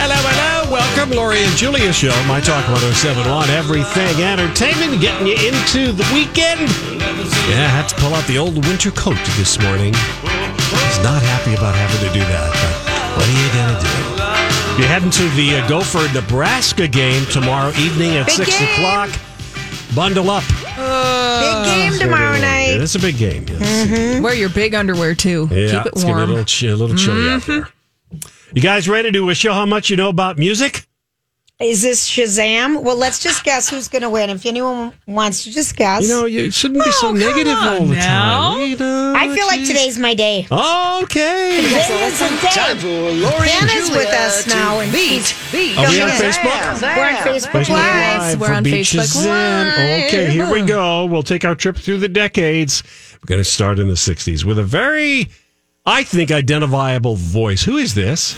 Hello, hello. Welcome, Lori and Julia Show, My Talk 1071, Everything Entertainment, getting you into the weekend. Yeah, I had to pull out the old winter coat this morning. I was not happy about having to do that, but what are you going to do? You're heading to the uh, Gopher Nebraska game tomorrow evening at 6 game. o'clock. Bundle up. Big game tomorrow Yeah, night. that's a big game. Yes. Mm-hmm. Wear your big underwear too. Yeah, Keep it it's gonna be a warm. Mm-hmm. little, chi- a little chilly out there. You guys ready to uh, show how much you know about music? Is this Shazam? Well, let's just guess who's going to win. If anyone wants to just guess, You know, you shouldn't be so come negative on all the now. time. You know, I feel like geez. today's my day. Okay. Today is the day. Ben is with us now. And beat. Are we on Facebook? We're on Facebook Facebook Live. Live We're for on Beach Facebook is in. Live. Okay, here we go. We'll take our trip through the decades. We're going to start in the 60s with a very, I think, identifiable voice. Who is this?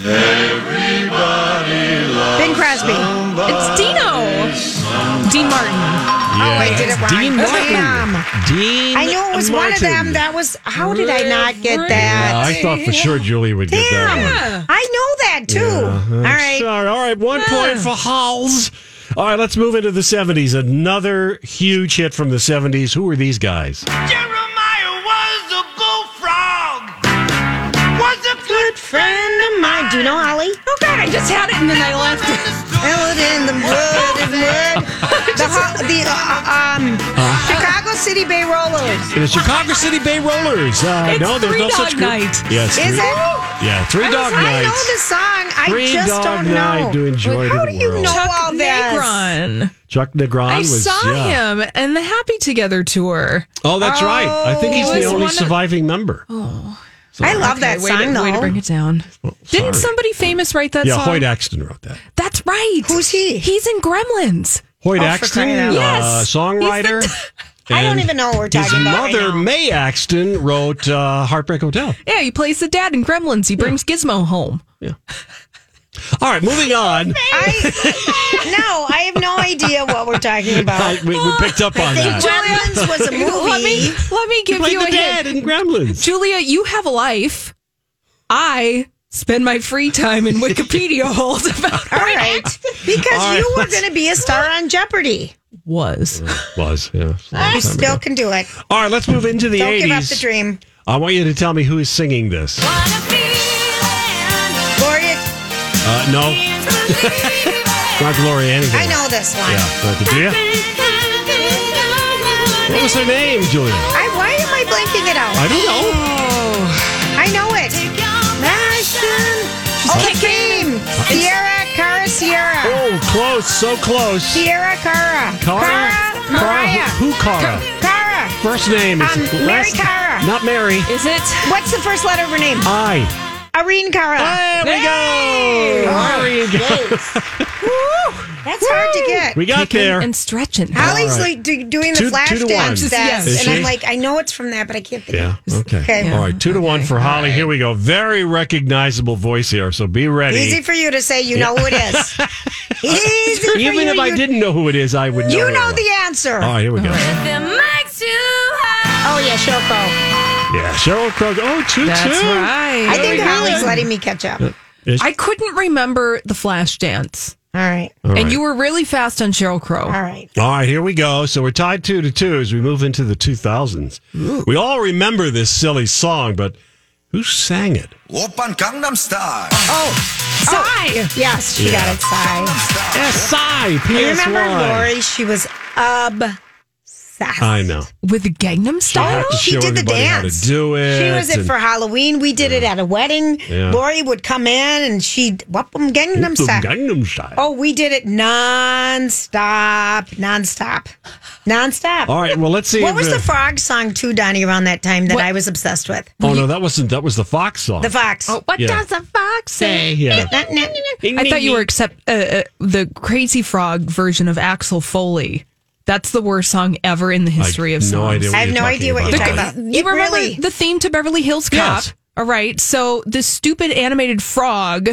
Ben Crosby. It's Dino. Dean Martin. Oh, I did it wrong. Dean That's Martin. Dean I knew it was one of Martin. them. That was. How did I not get Yeah, that? I thought for sure Julie would get that one. I know that too. All I'm right. Ah. Sorry. Uh-huh. All right. One point for Halls. All right. Let's move into the 70s. Another huge hit from the 70s. Who are these guys? Jeremiah was a bullfrog. Was a good Friend of mine. Do you know Holly? Oh God, I just had it and then I left it. Held in the mud and mud. The, ho- the uh, um, Chicago City Bay Rollers. The Chicago City Bay Rollers. Uh, It's no, there's Three no such Dog group. Night. Yes. Is three, it? Yeah. Three I, Dog was- I know Nights. the song. I Three just Dog don't Night know. to enjoy how the do you world. know Chuck all this? Negron. Chuck Negron Oh, I was. saw yeah. him and the Happy Together tour. Oh, that's right. I think he's Oh. the He was only one of- surviving member. Oh. I love that way, song to, though. way to bring it down. Didn't somebody famous write that Yeah, song? Hoyt Axton wrote that. That's right. Who's he? He's in Gremlins. Hoyt Oh, for Axton, crying out loud. uh, Yes. songwriter. I don't and even know what we're talking His about right mother, now. May Axton, wrote uh, Heartbreak Hotel. Yeah, he plays the dad in Gremlins. He brings Gizmo home. All right, moving on. I, no, I have no idea what we're talking about. I- we, we picked up on think that. Gremlins was a Let me movie. let me give Played you a the hint. dad in Gremlins. Julia, you have a life. I spend my free time in Wikipedia holes about All right, because All right, you were let's- going to be a star on Jeopardy. was. Was yeah. You still can do it. All right, let's move into the Don't give up the 80s. dream. I want you to tell me who is singing this. Gloria, Uh, no, not Gloria anything. I know this one. Yeah, not the- do ya? What was her name, Julia? I, why am I blanking it out? I don't know. Oh. I know it. Passion. Oh, the game. Sierra Cara Sierra. Oh, close, so close. Sierra Cara. Cara, Cara. Cara, who, Mariah. who Cara? Cara. First name is Um, Mary last- Cara. Not Mary. Is it? What's the first letter of her name? I. Irene Cara. There we Hey! go. Irene. That's hard to get. We got Kicking there. and stretching. Holly's All right. like do, doing the Two- flash two to dance one. dance, Is and she? I'm like, I know it's from that, but I can't think. Yeah. Okay. Okay. All right. Two to one for Holly. Here we go. Very recognizable voice here. So be ready. Easy for you to say. You know who it is. Easy for Even you, if I you- didn't know who it is, I would know. You it know was. the answer. All right. Here we go. Oh yeah, Shoko. Yeah. Cheryl Crow. Oh, two That's two. right. I think Holly's letting me catch up. I couldn't remember the flash dance. All right. All and right. you were really fast on Cheryl Crow. All right. All right, here we go. So we're tied two to two as we move into the 2000s. We all remember this silly song, but who sang it? 오빤 강남스타일 Sigh! Yes, she got it. Sigh. S.I. You remember PSY. Lori? She was obsessed. I know. With the Gangnam You Style? have to Oh, She show did the everybody how to dance. do it. She was it and- for Halloween. We did it at a wedding. Yeah. Lori would come in and she'd whoop 'em Gangnam Gangnam Style. Style. Oh, we did it nonstop, nonstop, nonstop. All right, well, let's see. What if, was uh, the frog song too, Donnie? Around that time that What? I was obsessed with Oh, no, that wasn't. That was the Fox song. the fox. What Yeah. does a fox say? Yeah. Na- na- na- na. I thought you were accept uh, uh, the Crazy Frog version of Axel Foley. That's the worst song ever in the history I- of songs. no idea I have no idea what you're The- talking about. You It remember really- the theme to Beverly Hills Cop? Yes. All right. So the stupid animated frog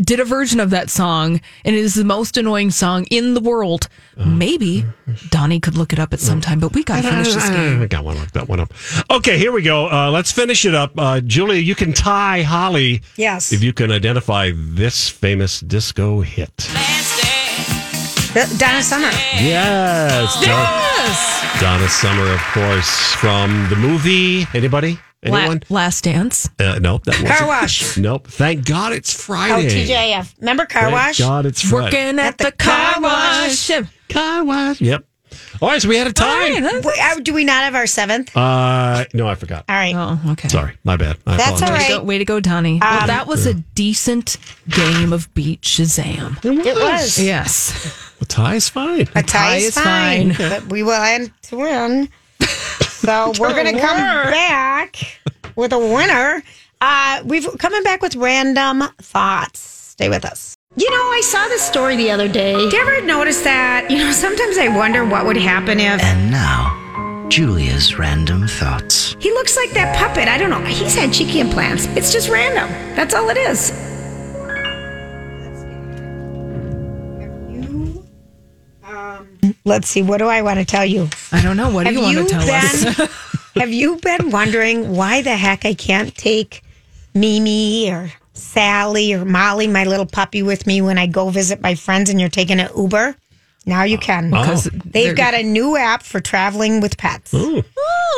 did a version of that song, and it is the most annoying song in the world. Uh-huh. Maybe Donnie could look it up at some time, but we got to finish this game. I got one. Look that one up. Okay, here we go. Uh, let's finish it up. Uh, Julia, you can tie Holly Yes. if you can identify this famous disco hit. The- Donna Summer. Yes. Don- Yes. Donna Summer, of course, from the movie. Anybody? La- Anyone? last dance. Uh, nope. That Car wasn't. wash. Nope. Thank God it's Friday. Oh, TJF. Remember car Thank wash? God it's Friday. Working at, the, car wash. Car wash. Yep. All right, so we had a tie. All right. Wait, uh, do we not have our seventh? Uh, no, I forgot. All right. Oh, okay. Sorry, my bad. I That's all apologize. Way to right. Um, go, way to go, Donnie. well, that was a decent game of Beat Shazam. It was. Yes. A tie's fine. A tie is fine, but we will end to win. So we're going to come back with a winner. Uh, we've coming back with random thoughts. Stay with us. You know, I saw this story the other day. Do you ever notice that? You know, sometimes I wonder what would happen if And now, Julia's random thoughts. he looks like that puppet. I don't know. He's had cheeky implants. It's just random. That's all it is. Let's see. What do I want to tell you? I don't know. What do you, want to tell us? been, have you been wondering why the heck I can't take Mimi or Sally or Molly, my little puppy, with me when I go visit my friends and you're taking an Uber? Now you can. Because they're- They've got a new app for traveling with pets. Ooh.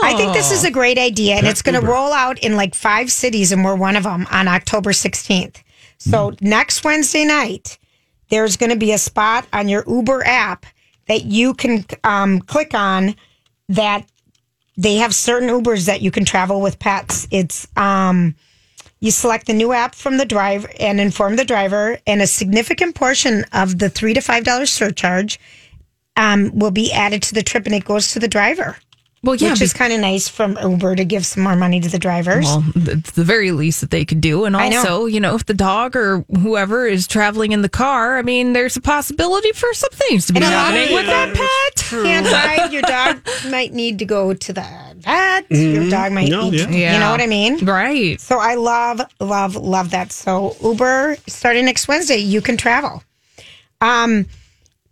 I think this is a great idea, and Pet it's going to Uber. roll out in like five cities, and we're one of them on October 16th. So next Wednesday night, there's going to be a spot on your Uber app that you can um, click on that they have certain Ubers that you can travel with pets. It's um, you select the new app from the driver and inform the driver, and a significant portion of the three to five dollars surcharge um, will be added to the trip, and it goes to the driver Well, yeah, which be- is kind of nice from Uber to give some more money to the drivers. well, it's the very least that they could do. And I know. also, you know, if the dog or whoever is traveling in the car, I mean, there's a possibility for some things to be And a lot of happening with people- that pet. Can't ride. Your dog might need to go to the vet. Your dog might No, need. yeah. To, You know what I mean? Right. So I love, love, love that. So Uber starting next Wednesday, you can travel. Um,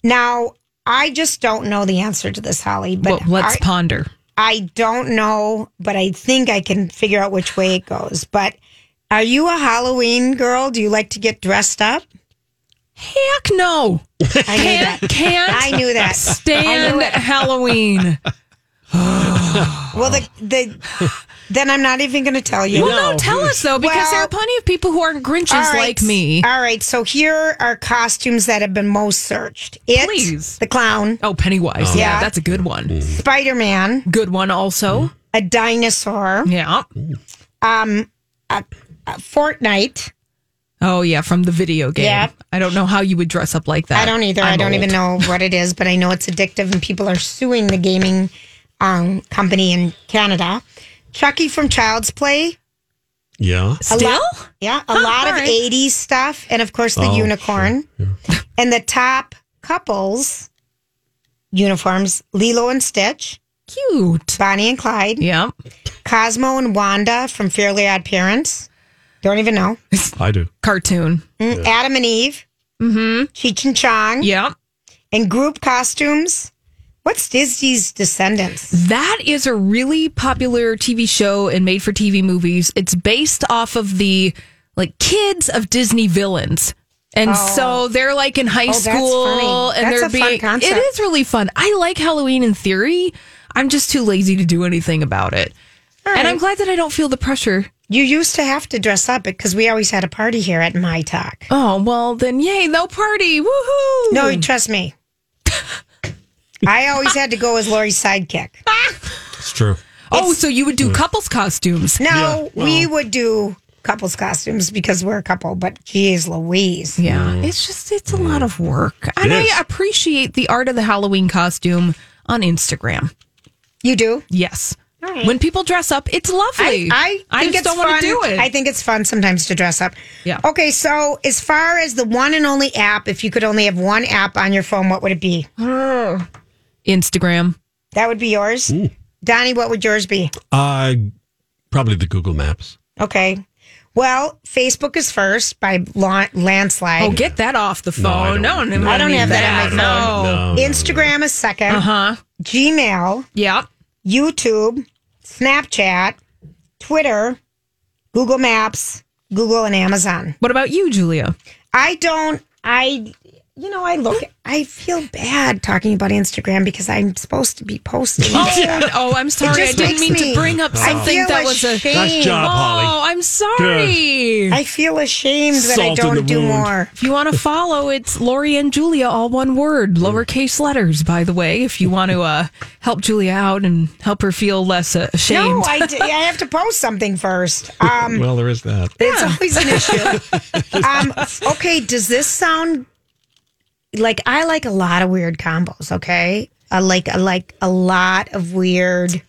now I just don't know the answer to this, Holly. But Well, let's I- ponder. I don't know, but I think I can figure out which way it goes. But are you a Halloween girl? Do you like to get dressed up? Heck no. I knew that. Can't, can't I knew that. stand Halloween. Well, the, the then I'm not even going to tell you. Well, no, tell us though, because there Well- are plenty of people who aren't Grinches All right. Uh, like me. All right, so here are costumes that have been most searched. It, Please. the clown, Oh, Pennywise. yeah. Yeah. that's a good one. Spider Man, Good one, also. a dinosaur, Yeah. Fortnite. Oh, yeah, from the video game. Yeah. I don't know how you would dress up like that. I don't either. I'm I I'm do not even old. know what it is, but I know it's addictive, and people are suing the gaming um, company in Canada. Chucky from Child's Play. Yeah. Still? Yeah, a Huh, lot of all right. 80s stuff, and of course the Oh, unicorn. and the top couples uniforms Lilo and Stitch, Cute. Bonnie and Clyde, Yeah. Cosmo and Wanda from Fairly Odd Parents. Don't even know. I do. Cartoon. Mm, Adam and Eve, mm-hmm. Cheech and Chong, Yeah. and group costumes. What's Disney's Descendants? That is a really popular TV show and made for TV movies. It's based off of the like kids of Disney villains. And so they're like in high Oh. that's school funny. and That's they're a fun being concept. It is really fun. I like Halloween in theory. I'm just too lazy to do anything about it. And I'm glad that I don't feel the pressure. You used to have to dress up because we always had a party here at My Talk. Oh, well then yay, no party. Woohoo. No, trust me. I always had to go as Lori's sidekick. It's true. Oh, so you would do couples costumes. No, Yeah, Oh. we would do couples costumes because we're a couple, but geez Louise. Yeah, it's just it's a lot of work. And is. I appreciate the art of the Halloween costume on Instagram. You do? Yes. When people dress up, it's lovely. I, I think just it's don't fun. want to do it. I think it's fun sometimes to dress up. Yeah. Okay, so as far as the one and only app, if you could only have one app on your phone, what would it be? Instagram. That would be yours. Donnie, what would yours be? Uh, probably the Google Maps. Okay. Well, Facebook is first by la- landslide. Oh, get that off the No, I don't- phone. No, no, no, no, I don't need have that on my No. No, no, Instagram is 2nd Uh-huh. Gmail, Yeah. YouTube, Snapchat, Twitter, Google Maps, Google, and Amazon. What about you, Julia? I don't. I. You know, I look. I feel bad talking about Instagram because I'm supposed to be posting. Oh, oh, I'm sorry. I just didn't makes mean me- to bring up I something feel that was a. ashamed. Nice Oh, job, Holly. I'm sorry. I feel ashamed that I Salt in the don't do wound. more. If you want to follow, it's Lori and Julia, all one word, lowercase letters, by the way, if you want to uh, help Julia out and help her feel less uh, ashamed. No, I, d- I have to post something first. Um, well, there is that. It's always an issue. um, okay, does this sound like I like a lot of weird combos? Okay, I like I like a lot of weird.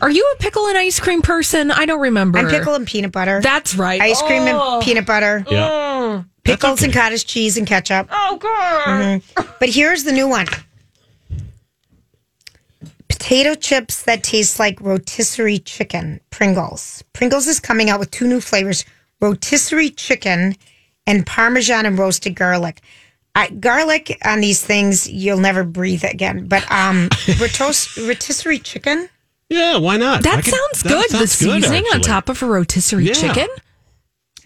Are you a pickle and ice cream person? I don't remember. I'm pickle and peanut butter. That's right. ice cream Oh. and peanut butter. Yeah. Pickles and cottage cheese and ketchup. Mm-hmm. Oh, God. But here's the new one. Potato chips that taste like rotisserie chicken, Pringles. Pringles is coming out with two new flavors, rotisserie chicken and parmesan and roasted garlic. I, garlic on these things, you'll never breathe again. But um, rotos, rotisserie chicken? Yeah, why not? I Oh, That could- sounds that good. the sounds good, seasoning on actually. top of a rotisserie Yeah. chicken,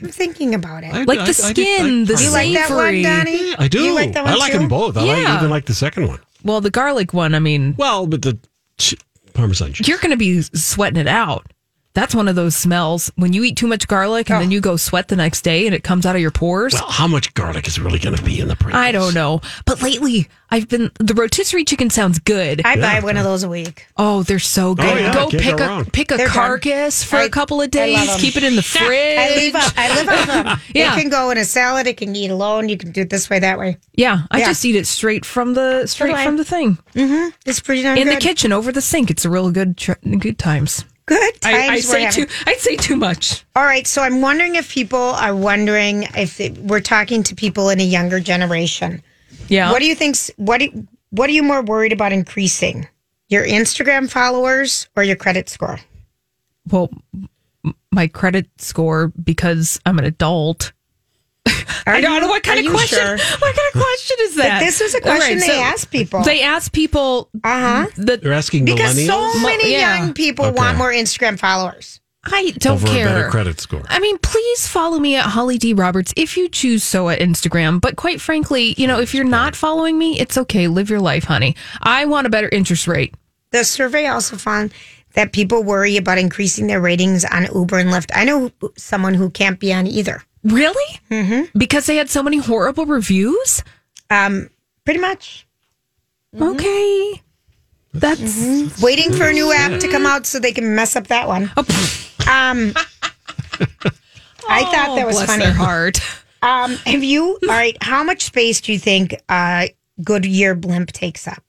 I'm thinking about it. I- like I- the I did- I- skin, the I- you like that one, savory. Donnie? Yeah, I do. You like that one I like too? them both. I like, Yeah. even like the second one. well, the garlic one. I mean, Well, but the ch- Parmesan cheese. you're going to be sweating it out. That's one of those smells when you eat too much garlic and Oh. then you go sweat the next day and it comes out of your pores. Well, how much garlic is really going to be in the Pringles? I don't know, but lately I've been the rotisserie chicken sounds good. I buy one of those a week. oh, they're so good. yeah, go can't pick go a wrong. pick a They're good. carcass for I- a couple of I days. love them. Keep it in the fridge. I leave up. I live on them. Yeah. It can go in a salad. It can eat alone. You can do it this way, that way. yeah, I Yeah. just eat it straight from the straight I. from the thing. It's pretty darn in good. the kitchen over the sink. It's a real good tr- good times. Good times. I, I we're say having. too. I say too much. All right. So I'm wondering if people are wondering if it, we're talking to people in a younger generation. Yeah. What do you think's What do, What are you more worried about increasing? Your Instagram followers or your credit score? well, m- my credit score because I'm an adult. Are I don't know you- what kind are of you question. sure? What kind of question is that? This is a All right, question they so ask people. They ask people uh huh. that They're asking Because millennials so many yeah. young people Okay. want more Instagram followers. I don't over care. a better credit score. I mean, please follow me at Holly D Roberts if you choose so at Instagram. But quite frankly, you know, if you're not following me, it's okay. Live your life, honey. I want a better interest rate. The survey also found that people worry about increasing their ratings on Uber and Lyft. I know someone who can't be on either. Really? Mm-hmm. Because they had so many horrible reviews. Um, pretty much. Mm-hmm. Okay. That's waiting for a new app to come out so they can mess up that one. oh, pff, Um, I thought that was Oh, bless funny. their heart. Um, have you? All right. How much space do you think uh, Goodyear blimp takes up?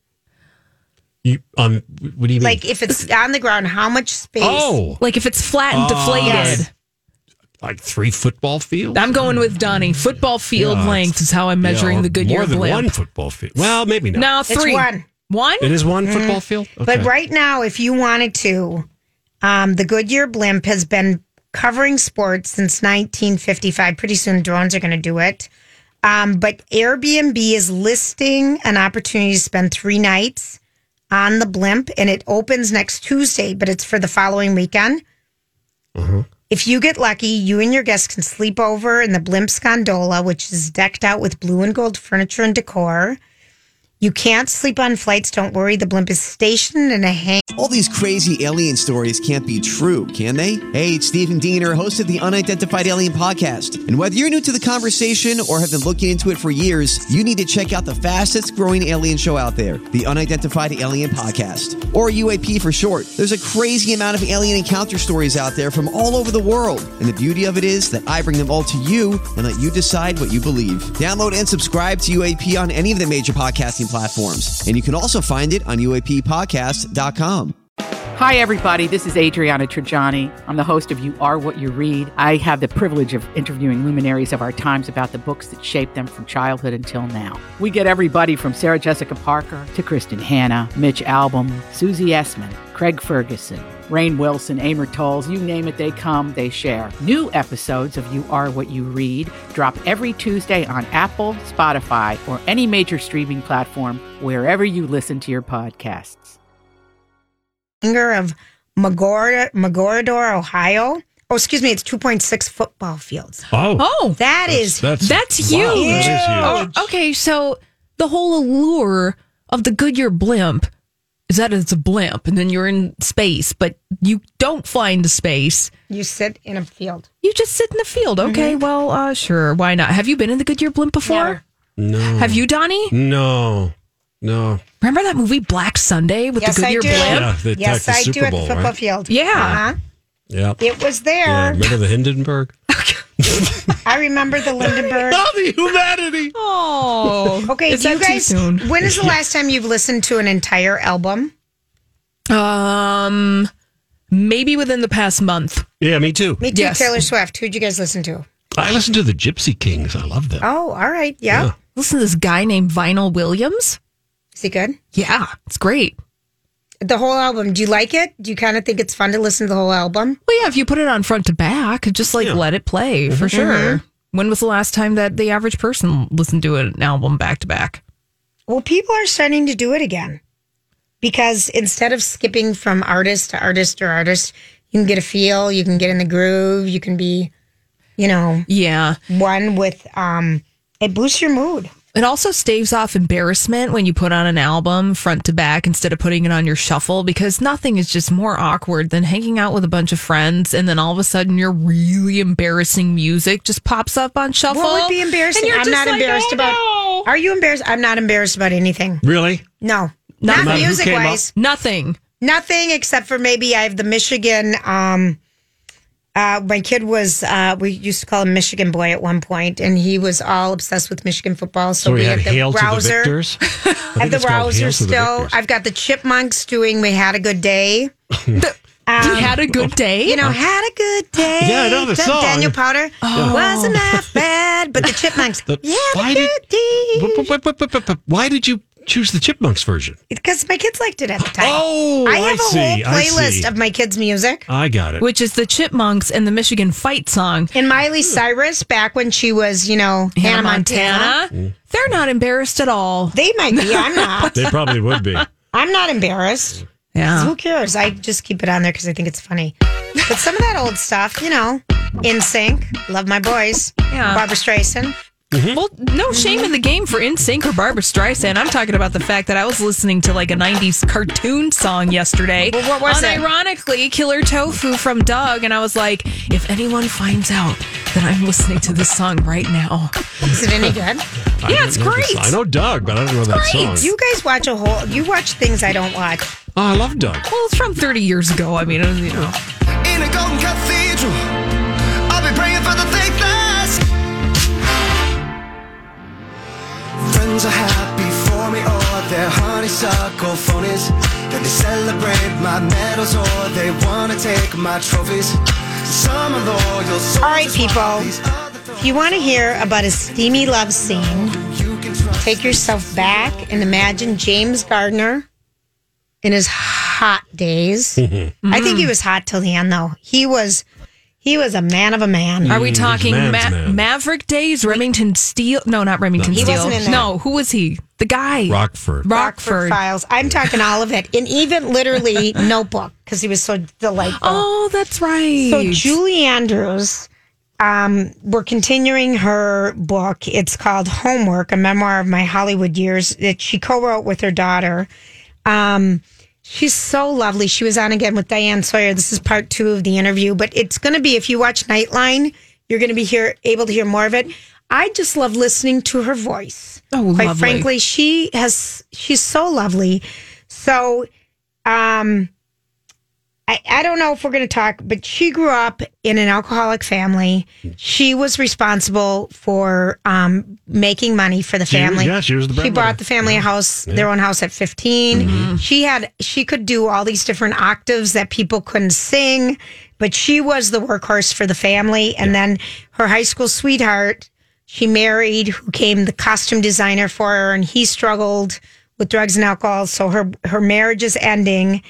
You, um, what do you mean? Like, if it's on the ground, how much space? oh, Like if it's flat and deflated. Yes. like three football fields? I'm going with Donnie. Football field Yeah, length is how I'm Yeah, measuring or the Goodyear More than blimp. one football field. Well, maybe not. Now It's three. one. One? It is one football field? Mm. But Okay. right now, if you wanted to, um, the Goodyear blimp has been covering sports since 1955. Pretty soon, drones are going to do it. Um, but Airbnb is listing an opportunity to spend three nights on the blimp, and it opens next Tuesday, but it's for the following weekend. If you get lucky, you and your guests can sleep over in the Blimps Gondola, which is decked out with blue and gold furniture and decor. You can't sleep on flights. Don't worry. The blimp is stationed in a hang. All these crazy alien stories can't be true, can they? Hey, it's Stephen Diener, host of the Unidentified Alien Podcast. And whether you're new to the conversation or have been looking into it for years, you need to check out the fastest growing alien show out there, the Unidentified Alien Podcast, or UAP for short. There's a crazy amount of alien encounter stories out there from all over the world. And the beauty of it is that I bring them all to you and let you decide what you believe. Download and subscribe to UAP on any of the major podcasting platforms. And you can also find it on UAPpodcast.com. Hi, everybody. This is Adriana Trajani. I'm the host of You Are What You Read. I have the privilege of interviewing luminaries of our times about the books that shaped them from childhood until now. We get everybody from Sarah Jessica Parker to Kristen Hanna, Mitch Albom, Susie Essman, Craig Ferguson, Rain Wilson, Amor Tolls, you name it, they come, they share. New episodes of You Are What You Read drop every Tuesday on Apple, Spotify, or any major streaming platform wherever you listen to your podcasts. Finger of Magor- Magorador, Ohio. Oh, excuse me, it's 2.6 football fields. Oh, Oh, That is that's that's wow, huge. that is Oh, okay, so the whole allure of the Goodyear blimp is that it's a blimp, and then you're in space, but you don't fly into space. you sit in a field. You just sit in the field. Mm-hmm. Okay, well, uh, sure, why not? Have you been in the Goodyear blimp before? No. Have you, Donnie? No. No. Remember that movie Black Sunday with Yes, the I Goodyear do. blimp? Yeah, they Yes, attacked I the do Super at the Bowl, football right? field. Yeah. Uh-huh. Yeah. It was yeah. there. Remember the Hindenburg? I remember the Lindenberg. oh, the humanity. Oh, Okay, Is do you that too guys, soon? when is the last time you've listened to an entire album? Um, maybe within the past month. Yeah, me too. Me too, Yes. Taylor Swift. Who'd you guys listen to? I listened to the Gypsy Kings. I love them. Oh, all right. Yeah. Yeah. Listen to this guy named Vinyl Williams. Is he good? Yeah, it's great. The whole album. Do you like it? Do you kind of think it's fun to listen to the whole album? Well, yeah, if you put it on front to back, just like let it play for sure. When was the last time that the average person listened to an album back to back? Well, people are starting to do it again because instead of skipping from artist to artist or artist, you can get a feel, you can get in the groove, you can be, you know, Yeah. one with, um, it boosts your mood. It also staves off embarrassment when you put on an album front to back instead of putting it on your shuffle because nothing is just more awkward than hanging out with a bunch of friends and then all of a sudden your really embarrassing music just pops up on shuffle. What would be embarrassing? And you're I'm just not like, embarrassed "Oh, about. no." Are you embarrassed? I'm not embarrassed about anything. Really? No, Not not, about who music came up. wise. Nothing. Nothing except for maybe I have the Michigan. Um, uh, my kid was uh, we used to call him Michigan boy at one point, and he was all obsessed with Michigan football. So, So we we had had the Hail to the Rouser. Victors. I I have think the it's called Rouser Hail to the still. Victors. I've got the Chipmunks doing "We Had a Good Day." you had a good day. Um, You know, had a good day. Yeah, I know the From song. Oh. Daniel Powder wasn't half bad, but the Chipmunks. The- yeah, why a did- good day. Wh- wh- wh- wh- wh- wh- Why did you choose the Chipmunks version? because my kids liked it at the time. Oh, I have I a whole see, I see. playlist of my kids' music. I got it. which is the Chipmunks and the Michigan Fight song. And Miley Cyrus, back when she was, you know, Hmm. Hannah, Montana. They're not embarrassed at all. They might be. I'm not. They probably would be. I'm not embarrassed. Yeah. Who cares? I just keep it on there because I think it's funny. But some of that old stuff, you know, In Sync, Love My Boys, Yeah. Barbara Streisand. Well, no shame in the game for NSYNC or Barbara Streisand. I'm talking about the fact that I was listening to like a 90s cartoon song yesterday. Well, what was it? Unironically, Killer Tofu from Doug. And I was like, if anyone finds out that I'm listening to this song right now. Is it any good? I Yeah, don't it's know this great. song. I know Doug, but I don't know that song. You guys watch a whole. You watch things I don't watch. Oh, I love Doug. Well, it's from 30 years ago. I mean, you know. In a golden cathedral, I'll be praying for the faithless. Friends are happy for me or they're honeysuckle phonies. Then they celebrate my medals or they wanna take my trophies. Some are loyal, so All right, people. If you want to hear about a steamy love scene, take yourself back and imagine James Gardner in his hot days. I think he was hot till the end, though. He was, he was a man of a man. Are we talking man's Ma- man. Maverick Days, Remington Steel? No, not Remington He Steel. wasn't in that. No, who was he? The guy. Rockford. Rockford. Files. I'm talking all of it, and even literally Notebook because he was so delightful. Oh, that's right. So Julie Andrews, um, we're continuing her book. It's called Homework: A Memoir of My Hollywood Years that she co-wrote with her daughter. Um, she's so lovely. She was on again with Diane Sawyer. This is part two of the interview, but it's going to be if you watch Nightline, you're going to be here able to hear more of it. I just love listening to her voice. Oh, quite lovely. frankly, she has. She's so lovely. So, um. I, I don't know if we're going to talk, but she grew up in an alcoholic family. She was responsible for um, making money for the She was- family. yeah, she was the breadwinner. bought the family a house, their own house at 15. She had she could do all these different octaves that people couldn't sing, but she was the workhorse for the family. And then her high school sweetheart, she married, who came the costume designer for her, and he struggled with drugs and alcohol. So her her marriage is ending,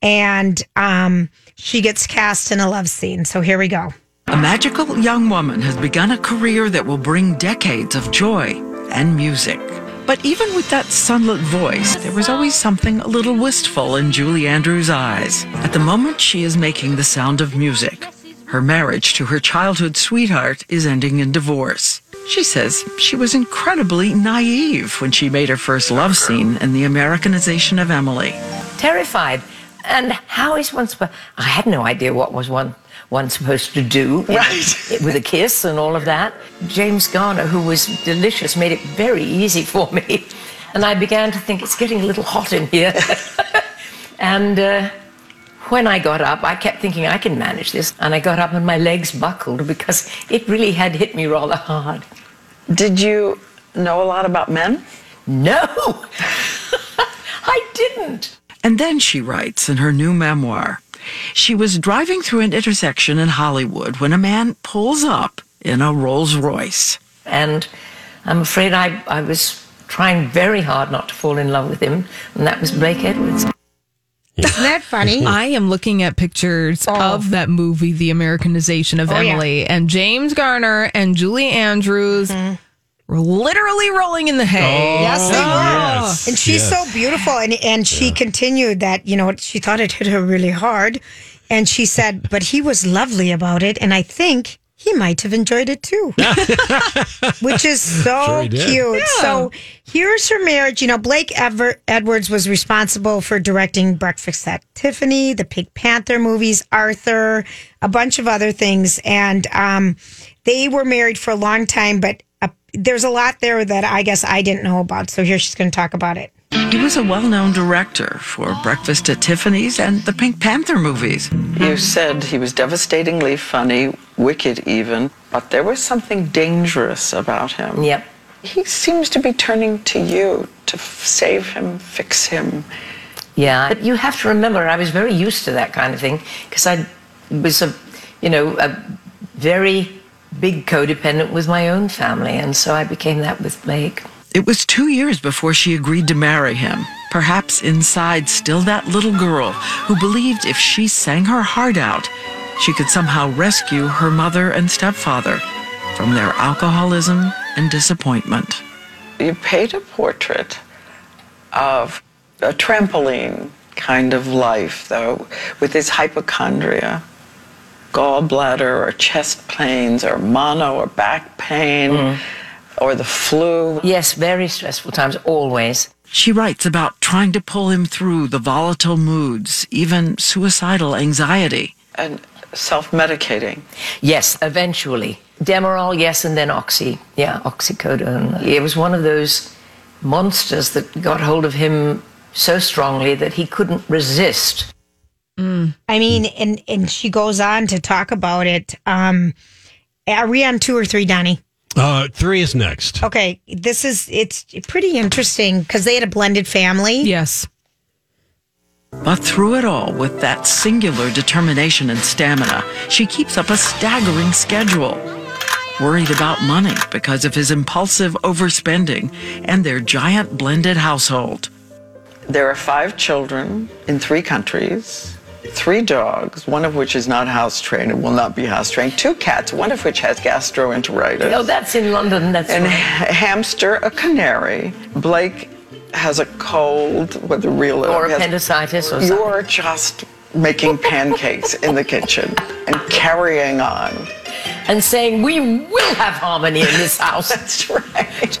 and um, she gets cast in a love scene. So here we go. A magical young woman has begun a career that will bring decades of joy and music. But even with that sunlit voice, there was always something a little wistful in Julie Andrews' eyes. At the moment, she is making the sound of music. Her marriage to her childhood sweetheart is ending in divorce. She says she was incredibly naive when she made her first love scene in the Americanization of Emily. terrified. And how is one supposed? I had no idea what was one one supposed to do, in- with a kiss and all of that. James Garner, who was delicious, made it very easy for me, and I began to think it's getting a little hot in here. and uh, when I got up, I kept thinking I can manage this, and I got up and my legs buckled because it really had hit me rather hard. Did you know a lot about men? No. I didn't. And then she writes in her new memoir She was driving through an intersection in Hollywood when a man pulls up in a Rolls Royce. And I'm afraid I, I was trying very hard not to fall in love with him, and that was Blake Edwards. Isn't that funny? I am looking at pictures Oh. of that movie, The Americanization of Oh, yeah. Emily, and James Garner and Julie Andrews were literally rolling in the hay. Mm-hmm. Oh. yes, they were. Oh. and she's so beautiful. And and she continued that you know she thought it hit her really hard, and she said, but he was lovely about it, and I think he might have enjoyed it too, which is so Sure he did. cute. Yeah. So here's her marriage. You know, Blake Ever- Edwards was responsible for directing Breakfast at Tiffany, the Pink Panther movies, Arthur, a bunch of other things. And um, they were married for a long time, but uh, there's a lot there that I guess I didn't know about. So here she's going to talk about it. He was a well known director for Breakfast at Tiffany's and the Pink Panther movies. You said he was devastatingly funny, wicked even, but there was something dangerous about him. Yep. He seems to be turning to you to save him, fix him. Yeah, but you have to remember, I was very used to that kind of thing because I was a, you know, a very big codependent with my own family, and so I became that with Blake. It was two years before she agreed to marry him. Perhaps inside, still that little girl who believed if she sang her heart out, she could somehow rescue her mother and stepfather from their alcoholism and disappointment. you paint a portrait of a trampoline kind of life, though, with his hypochondria, gallbladder, or chest pains, or mono, or back pain, or the flu. Yes, very stressful times, always. She writes about trying to pull him through the volatile moods, even suicidal anxiety. And self medicating. Yes, eventually. Demerol, yes, and then Oxy. Yeah, oxycodone. It was one of those monsters that got hold of him so strongly that he couldn't resist. I mean, and, and she goes on to talk about it. Um, are we on two or three, Donnie? Uh, three is next. Okay, this is it's pretty interesting because they had a blended family. Yes. But through it all, with that singular determination and stamina, she keeps up a staggering schedule. Worried about money because of his impulsive overspending and their giant blended household. There are five children in three countries, three dogs, one of which is not house trained and will not be house trained, two cats, one of which has gastroenteritis. No, that's in London, that's and right. ha- hamster, a canary. Blake has a cold, whether real Or has- appendicitis or something. You're just making pancakes in the kitchen and carrying on. And saying, we will have harmony in this house. That's right.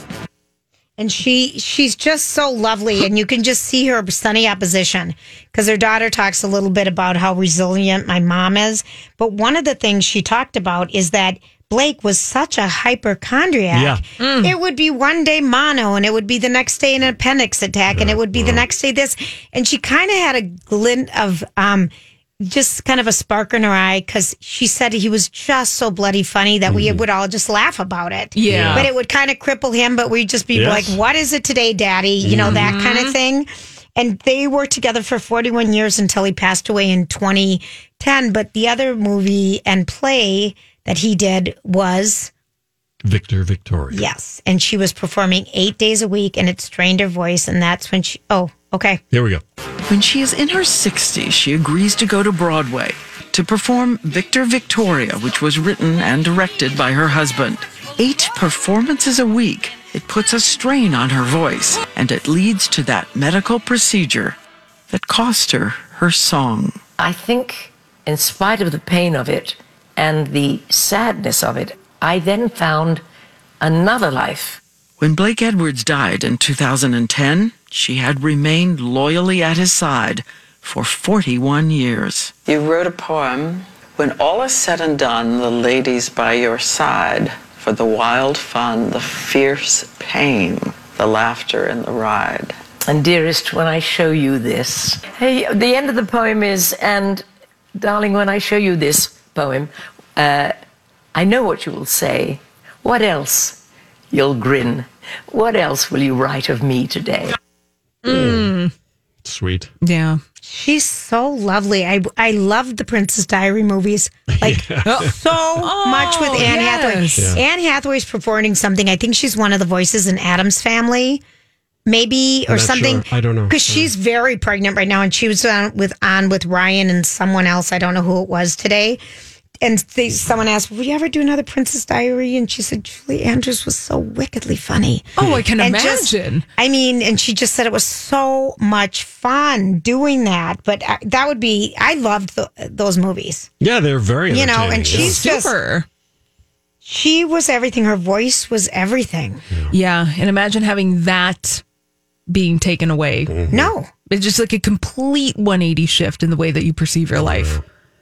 and she she's just so lovely and you can just see her sunny opposition because her daughter talks a little bit about how resilient my mom is but one of the things she talked about is that blake was such a hypochondriac Yeah. it would be one day mono and it would be the next day an appendix attack and it would be the next day this and she kind of had a glint of um just kind of a spark in her eye because she said he was just so bloody funny that we would all just laugh about it. Yeah. But it would kind of cripple him, but we'd just be Yes. like, what is it today, daddy? You know, that kind of thing. And they were together for 41 years until he passed away in 2010. But the other movie and play that he did was Victor Victoria. Yes. And she was performing eight days a week and it strained her voice. And that's when she, oh, okay. Here we go. When she is in her 60s, she agrees to go to Broadway to perform Victor Victoria, which was written and directed by her husband. Eight performances a week. It puts a strain on her voice, and it leads to that medical procedure that cost her her song. I think, in spite of the pain of it and the sadness of it, I then found another life. When Blake Edwards died in 2010, she had remained loyally at his side for 41 years. You wrote a poem, When All Is Said and Done, the Ladies by Your Side, for the wild fun, the fierce pain, the laughter and the ride. And dearest, when I show you this, hey, the end of the poem is, and darling, when I show you this poem, uh, I know what you will say. What else? You'll grin. What else will you write of me today? Sweet. Yeah. She's so lovely. I I love the Princess Diary movies. Like so much with Anne yes. Hathaway. Yeah. Anne Hathaway's performing something. I think she's one of the voices in Adam's family. Maybe I'm or not something. sure. I don't know. Because Yeah. she's very pregnant right now and she was on with on with Ryan and someone else. I don't know who it was today. And they, someone asked, Will you ever do another Princess Diary? And she said, Julie Andrews was so wickedly funny. Oh, I can And just- imagine. I mean, and she just said it was so much fun doing that. But I, that would be, I loved the, those movies. Yeah, they're very You know, and entertaining, yeah. she's just- Super. She was everything. Her voice was everything. Yeah. And imagine having that being taken away. No. It's just like a complete 180 shift in the way that you perceive your life.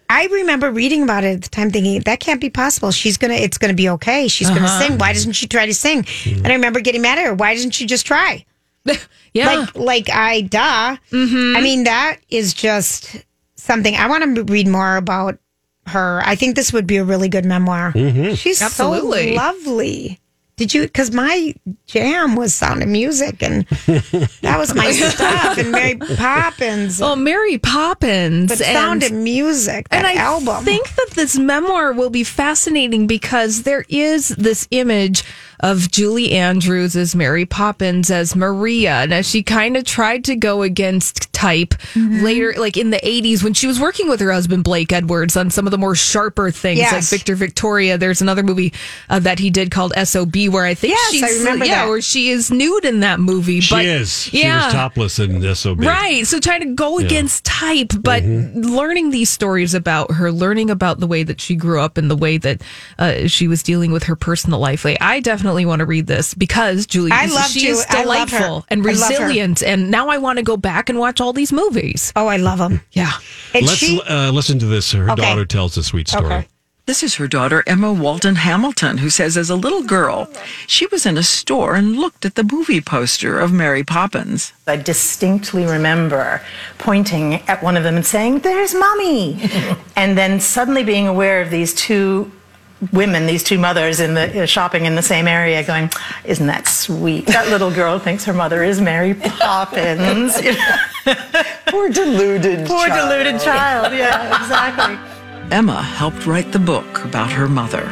I remember reading about it at the time thinking, that can't be possible. She's going to, it's going to be okay. She's going Uh-huh. to sing. Why doesn't she try to sing? And I remember getting mad at her. Why doesn't she just try? yeah. Mm-hmm. Like, like I, duh. I mean, that is just something I want to read more about her. I think this would be a really good memoir. She's Absolutely. so lovely. Did you? Because my jam was Sound of Music, and that was my stuff. And Mary Poppins. Oh, Mary Poppins. But Sound of Music, that and I album. think that this memoir will be fascinating because there is this image of Julie Andrews as Mary Poppins as Maria. Now she kind of tried to go against type Mm-hmm. later, like in the 80s when she was working with her husband Blake Edwards on some of the more sharper things like Yes. Victor Victoria. There's another movie uh, that he did called SOB where I think Yes, she's I remember yeah, that. where she is nude in that movie. She but is. Yeah. She was topless in this SOB. Right. So trying to go Yeah. Mm-hmm. against type, but learning these stories about her, learning about the way that she grew up and the way that uh, she was dealing with her personal life. Like, I definitely want to read this because Julie, I love she Ju- is I love her. delightful and I love her. resilient. And now I want to go back and watch all these movies. Oh, I love them. Yeah. And Let's she- uh, listen to this. Her Okay. daughter tells a sweet story. This is her daughter, Emma Walton Hamilton, who says as a little girl, she was in a store and looked at the movie poster of Mary Poppins. I distinctly remember pointing at one of them and saying, There's mommy! and then suddenly being aware of these two women, these two mothers in the uh, shopping in the same area, going, Isn't that sweet? That little girl thinks her mother is Mary Poppins. Poor deluded Poor child. deluded child, yeah, exactly. Emma helped write the book about her mother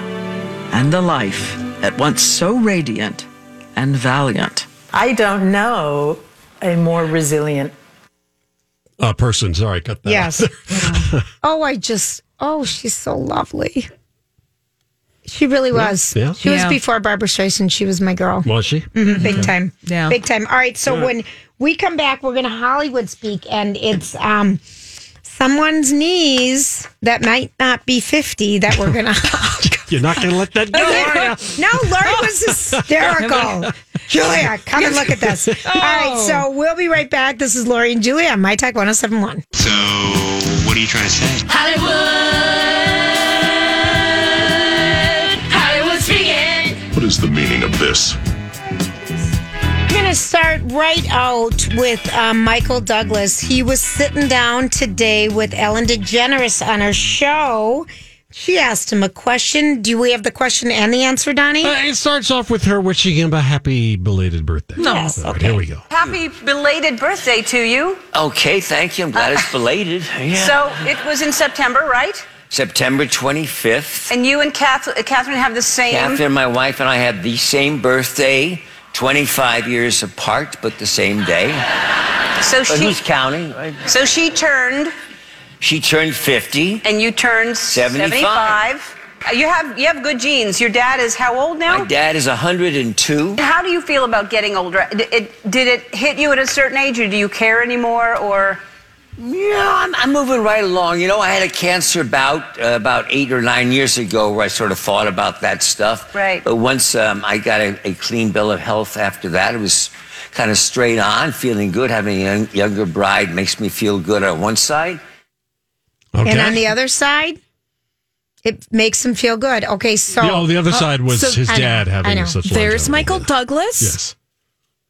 and the life at once so radiant and valiant. I don't know a more resilient A person. Sorry, cut that. Yes. oh, I just, oh, she's so lovely. She really was. Yeah. She was Yeah. before Barbara Streisand. She was my girl. Was she? Mhm, big Yeah. time. Yeah. Big time. All right. So Yeah. when we come back, we're going to Hollywood speak, and it's um, someone's knees that might not be 50 that we're going to. You're not going to let that go, are you? no, Lori was hysterical. Julia, come and look at this. All right. So we'll be right back. This is Lori and Julia on My Talk 1071. So, what are you trying to say? Hollywood. Hollywood speaking. What is the meaning of this? I'm going to start right out with um, Michael Douglas. He was sitting down today with Ellen DeGeneres on her show. She asked him a question. Do we have the question and the answer, Donnie? Uh, it starts off with her wishing him a happy belated birthday. No. All right, here we go. Happy belated birthday to you. Uh, Okay, thank you. I'm glad it's belated. Yeah. So it was in September, right? September 25th, And you and Kath- uh, Catherine have the same. Catherine, my wife, and I had the same birthday, 25 years apart, but the same day. So But she- who's counting? right? So she turned, She turned 50. and you turned 75. 75. Uh, You have you have good genes. Your dad is how old now? My dad is 102. How do you feel about getting older? Did it, did it hit you at a certain age, or do you care anymore? Or Yeah, I'm, I'm moving right along. You know, I had a cancer bout uh, about eight or nine years ago where I sort of thought about that stuff. Right. But once um, I got a, a clean bill of health after that, it was kind of straight on, feeling good. Having a young, younger bride makes me feel good on one side. And on the other side, it makes him feel good. Okay, so. The- oh, the other side was his I know, dad having I know. such a There's Michael Douglas. Yes.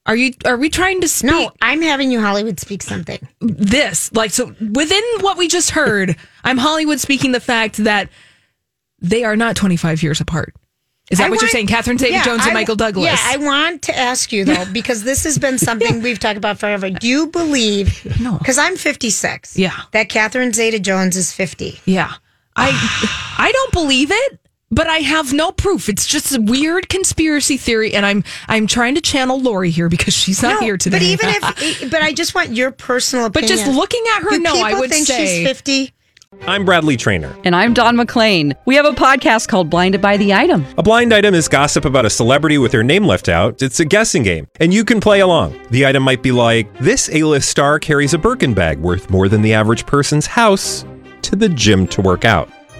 Are you? Are we trying to speak? No, I'm having you Hollywood speak something. This, like, so within what we just heard, I'm Hollywood speaking the fact that they are not 25 years apart. Is that I what you're want- saying? Catherine Zeta-Jones I- and Michael Douglas. Yeah, I want to ask you though because this has been something we've talked about forever. Do you believe? No, because I'm 56. Yeah. that Catherine Zeta-Jones is 50. Yeah, I I don't believe it, but I have no proof. It's just a weird conspiracy theory, and I'm I'm trying to channel Lori here because she's not here today. But even if, but I just want your personal But opinion. just looking at her, Do no, I people would think say- she's 50. I'm Bradley Trainer. And I'm Don McClain. We have a podcast called Blinded by the Item. A blind item is gossip about a celebrity with their name left out. It's a guessing game, and you can play along. The item might be like this: A-list star carries a Birkin bag worth more than the average person's house to the gym to work out.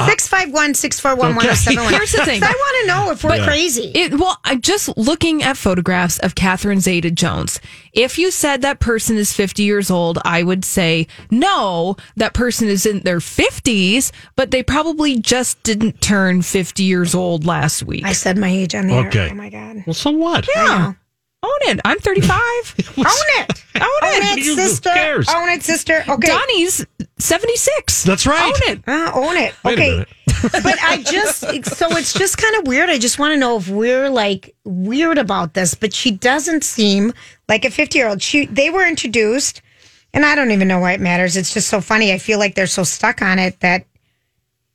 Uh, Six five one six four one one zero seven one. Here's the thing. I want to know if we're Yeah. crazy. It, well, I'm just looking at photographs of Catherine Zeta Jones. If you said that person is 50 years old, I would say no, that person is in their 50s, but they probably just didn't turn 50 years old last week. I said my age on the air. Okay. Oh my God. Well, so what? Yeah. Own it. I'm 35. Own it. Own it. Own it, Who sister. cares? Own it, sister. Okay. Donnie's 76. That's right. Own it. Uh, own it. Wait a okay. minute. but I just, so it's just kind of weird. I just want to know if we're like weird about this, but she doesn't seem like a 50 year old. She, they were introduced, and I don't even know why it matters. It's just so funny. I feel like they're so stuck on it that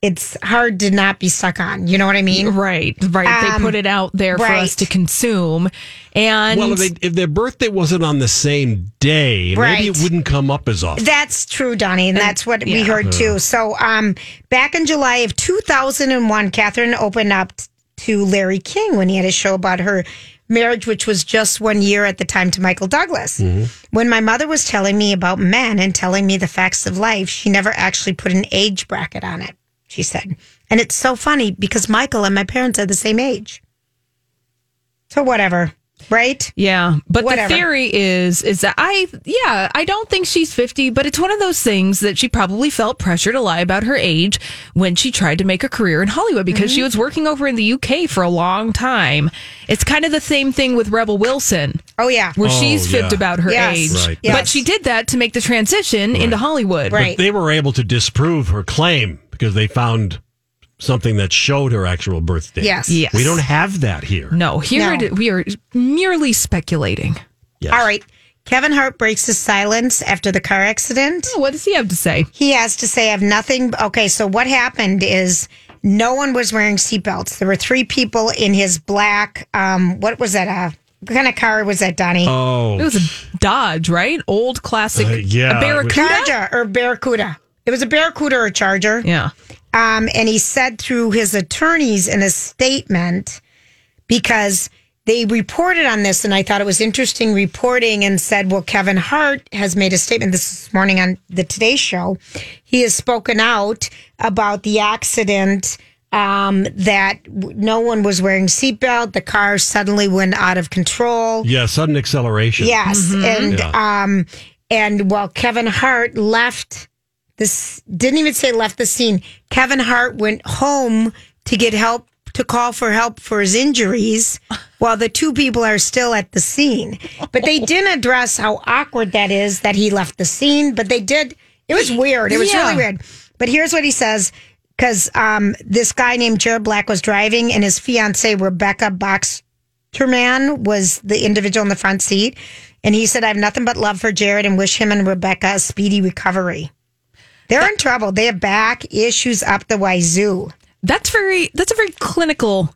it's hard to not be stuck on. You know what I mean? Right. Right. Um, they put it out there for right. us to consume. And well, if, they, if their birthday wasn't on the same day, Right. maybe it wouldn't come up as often. That's true, Donnie, and that's what we yeah. heard too. So, um, back in July of 2001, Catherine opened up t- to Larry King when he had a show about her marriage, which was just one year at the time to Michael Douglas. When my mother was telling me about men and telling me the facts of life, she never actually put an age bracket on it, she said. And it's so funny because Michael and my parents are the same age. So, whatever, right? Yeah, but Whatever. the theory is is that I yeah I don't think she's fifty, but it's one of those things that she probably felt pressure to lie about her age when she tried to make a career in Hollywood because she was working over in the UK for a long time. It's kind of the same thing with Rebel Wilson. Oh yeah, where Oh, she's fibbed yeah. about her Yes. age, Right. but she did that to make the transition into Hollywood. But they were able to disprove her claim because they found something that showed her actual birthday. Yes. Yes. We don't have that here. no, here No. it- we are merely speculating. All right. Kevin Hart breaks his silence after the car accident. what does he have to say? He has to say, I have nothing. Okay, so what happened is No one was wearing seatbelts. There were three people in his black. Um, what was that? Uh, what kind of car was that, Donnie? It was a Dodge, right? Old classic. A Barracuda? Charger or Barracuda. It was a Barracuda or a Charger. Yeah. Um, and he said through his attorneys in a statement because they reported on this, and I thought it was interesting reporting and said, well, Kevin Hart has made a statement this morning on the Today Show. He has spoken out about the accident um, that w- no one was wearing seatbelt. The car suddenly went out of control. Yeah, sudden acceleration. Yes, and Yeah. um, and while Kevin Hart left this, didn't even say left the scene. Kevin Hart went home to get help to call for help for his injuries, while the two people are still at the scene. But they didn't address how awkward that is that he left the scene. But they did. It was weird. It was Yeah. really weird. But here's what he says. Because um, this guy named Jared Black was driving, and his fiancee Rebecca Box Turman was the individual in the front seat, and he said, "I have nothing but love for Jared and wish him and Rebecca a speedy recovery." They're in trouble. They have back issues up the wazoo. That's very. That's a very clinical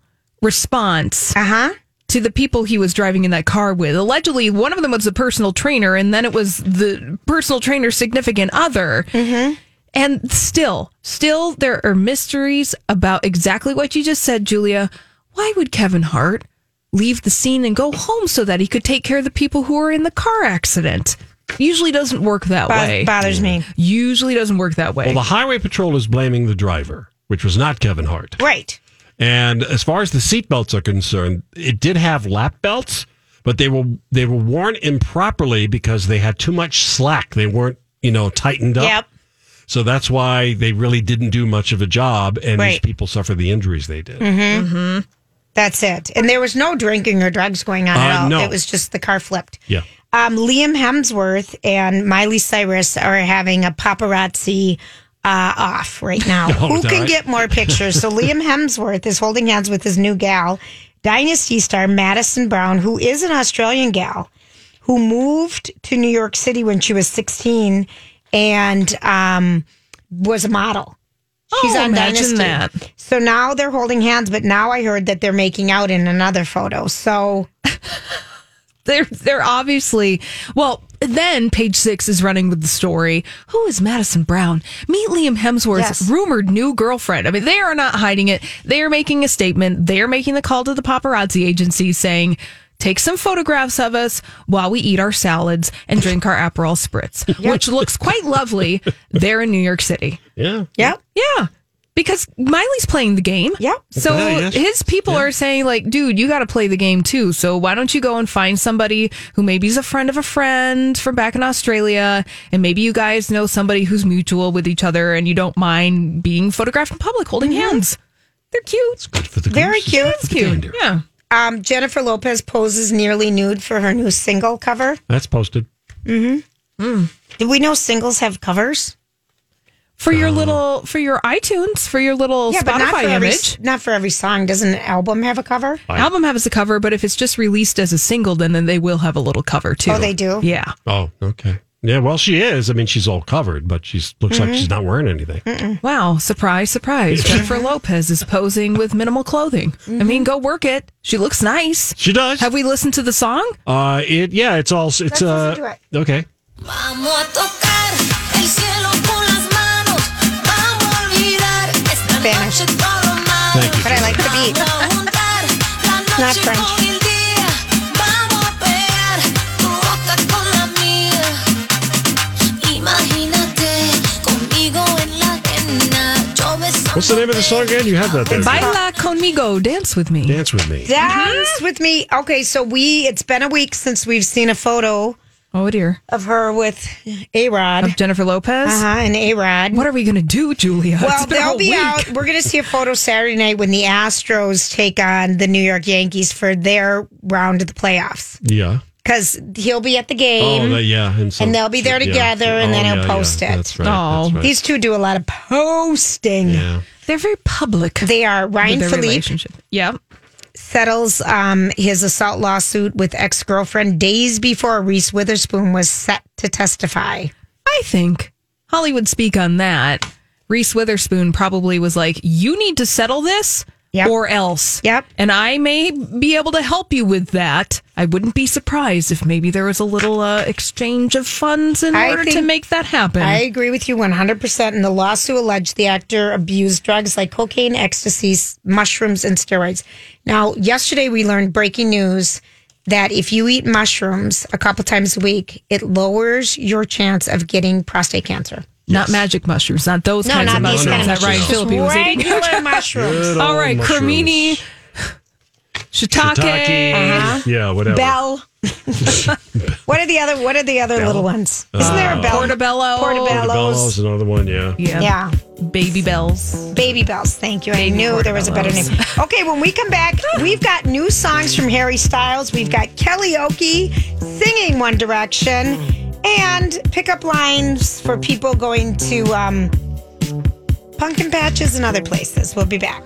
response. Uh huh. To the people he was driving in that car with. Allegedly, one of them was a personal trainer, and then it was the personal trainer's significant other. Mm-hmm. And still, still, there are mysteries about exactly what you just said, Julia. Why would Kevin Hart leave the scene and go home so that he could take care of the people who are in the car accident? Usually doesn't work that Bo- way. bothers me. Usually doesn't work that way. Well, the highway patrol is blaming the driver, which was not Kevin Hart. Right. And as far as the seatbelts are concerned, it did have lap belts, but they were they were worn improperly because they had too much slack. They weren't, you know, tightened up. Yep. So that's why they really didn't do much of a job, and these Right. people suffer the injuries they did. Mm-hmm. That's it. And there was no drinking or drugs going on at Uh, all. no. It was just the car flipped. Yeah. Um, Liam Hemsworth and Miley Cyrus are having a paparazzi uh, off right now. Oh, Who is that can right? get more pictures? So Liam Hemsworth is holding hands with his new gal, Dynasty star Madison Brown, who is an Australian gal who moved to New York City when she was 16 and um, was a model. She's Oh, on imagine Dynasty. that. So now they're holding hands, but now I heard that they're making out in another photo. So they're they're obviously well then page six is running with the story who is madison brown meet liam hemsworth's rumored new girlfriend i mean they are not hiding it they are making a statement they are making the call to the paparazzi agency saying take some photographs of us while we eat our salads and drink our aperol spritz which looks quite lovely there in new york city yeah Yep. yeah because Miley's playing the game. Yep. So Yeah, yes. his people are saying, like, dude, you got to play the game too. So why don't you go and find somebody who maybe is a friend of a friend from back in Australia, and maybe you guys know somebody who's mutual with each other, and you don't mind being photographed in public holding Mm-hmm. hands. They're cute. very cute. It's cute. Yeah. Um, Jennifer Lopez poses nearly nude for her new single cover. That's posted. Mm-hmm. Did we know singles have covers? For your Um, little, for your iTunes, for your little not Spotify for every- image. not for every song. Doesn't an album have a cover? Album has a cover, but if it's just released as a single, then, then they will have a little cover too. Oh, they do? Yeah. Oh, okay. Yeah, well, she is. I mean, she's all covered, but she's looks Mhm. like she's not wearing anything. Wow, surprise, surprise. Jennifer Lopez is posing with minimal clothing. I mean, go work it. She looks nice. She does. Have we listened to the song? Uh, it yeah, it's all it's uh listen okay. Vamos a tocar el cielo con las manos. Vamos a olvidar esta noche todo malo. Thank you, But I like the beat. Not French. What's the name of the song again? You have that there. Baila conmigo, dance with me. Dance with me. Dance with me. Okay, so we it's been a week since we've seen a photo. Oh dear. Of her with A Rod. Of Jennifer Lopez. Uh-huh, and A Rod. What are we gonna do, Julia? It's Well, been a they'll whole be week. out. We're going to see a photo Saturday night when the Astros take on the New York Yankees for their round of the playoffs. Yeah. Because he'll be at the game. Oh, the- yeah, and some they'll be there shit, yeah. together, and Oh, then he'll yeah, post yeah, it. that's right, that's right. these two do a lot of posting. Yeah. They're very public. They are. Ryan their Philippe relationship. Yep. settles um, his assault lawsuit with ex girlfriend days before Reese Witherspoon was set to testify. I think Hollywood speak on that. Reese Witherspoon probably was like, "You need to settle this." Or else. Yep. And I may be able to help you with that. I wouldn't be surprised if maybe there was a little uh, exchange of funds in I order to think- make that happen. I agree with you 100%. And the lawsuit alleged the actor abused drugs like cocaine, ecstasy, s- mushrooms, and steroids. Now, yesterday we learned breaking news that if you eat mushrooms a couple times a week, it lowers your chance of getting prostate cancer. Not magic mushrooms, not those No, kinds not of these mushrooms. kind of that right, mushrooms. Philippi was eating. Regular mushrooms. All right, Good old cremini, shiitake, Shiitake, yeah, whatever. Uh-huh. Bell. what are the other? What are the other little ones? Isn't there a Uh, bell? Portobello. Portobello's another one, yeah. Yeah. Baby bells. Baby bells. Thank you. I knew there was a better name. Okay, when we come back, we've got new songs from Harry Styles. We've got Kelly Oakey singing One Direction and pickup lines for people going to um, pumpkin patches and other places. We'll be back.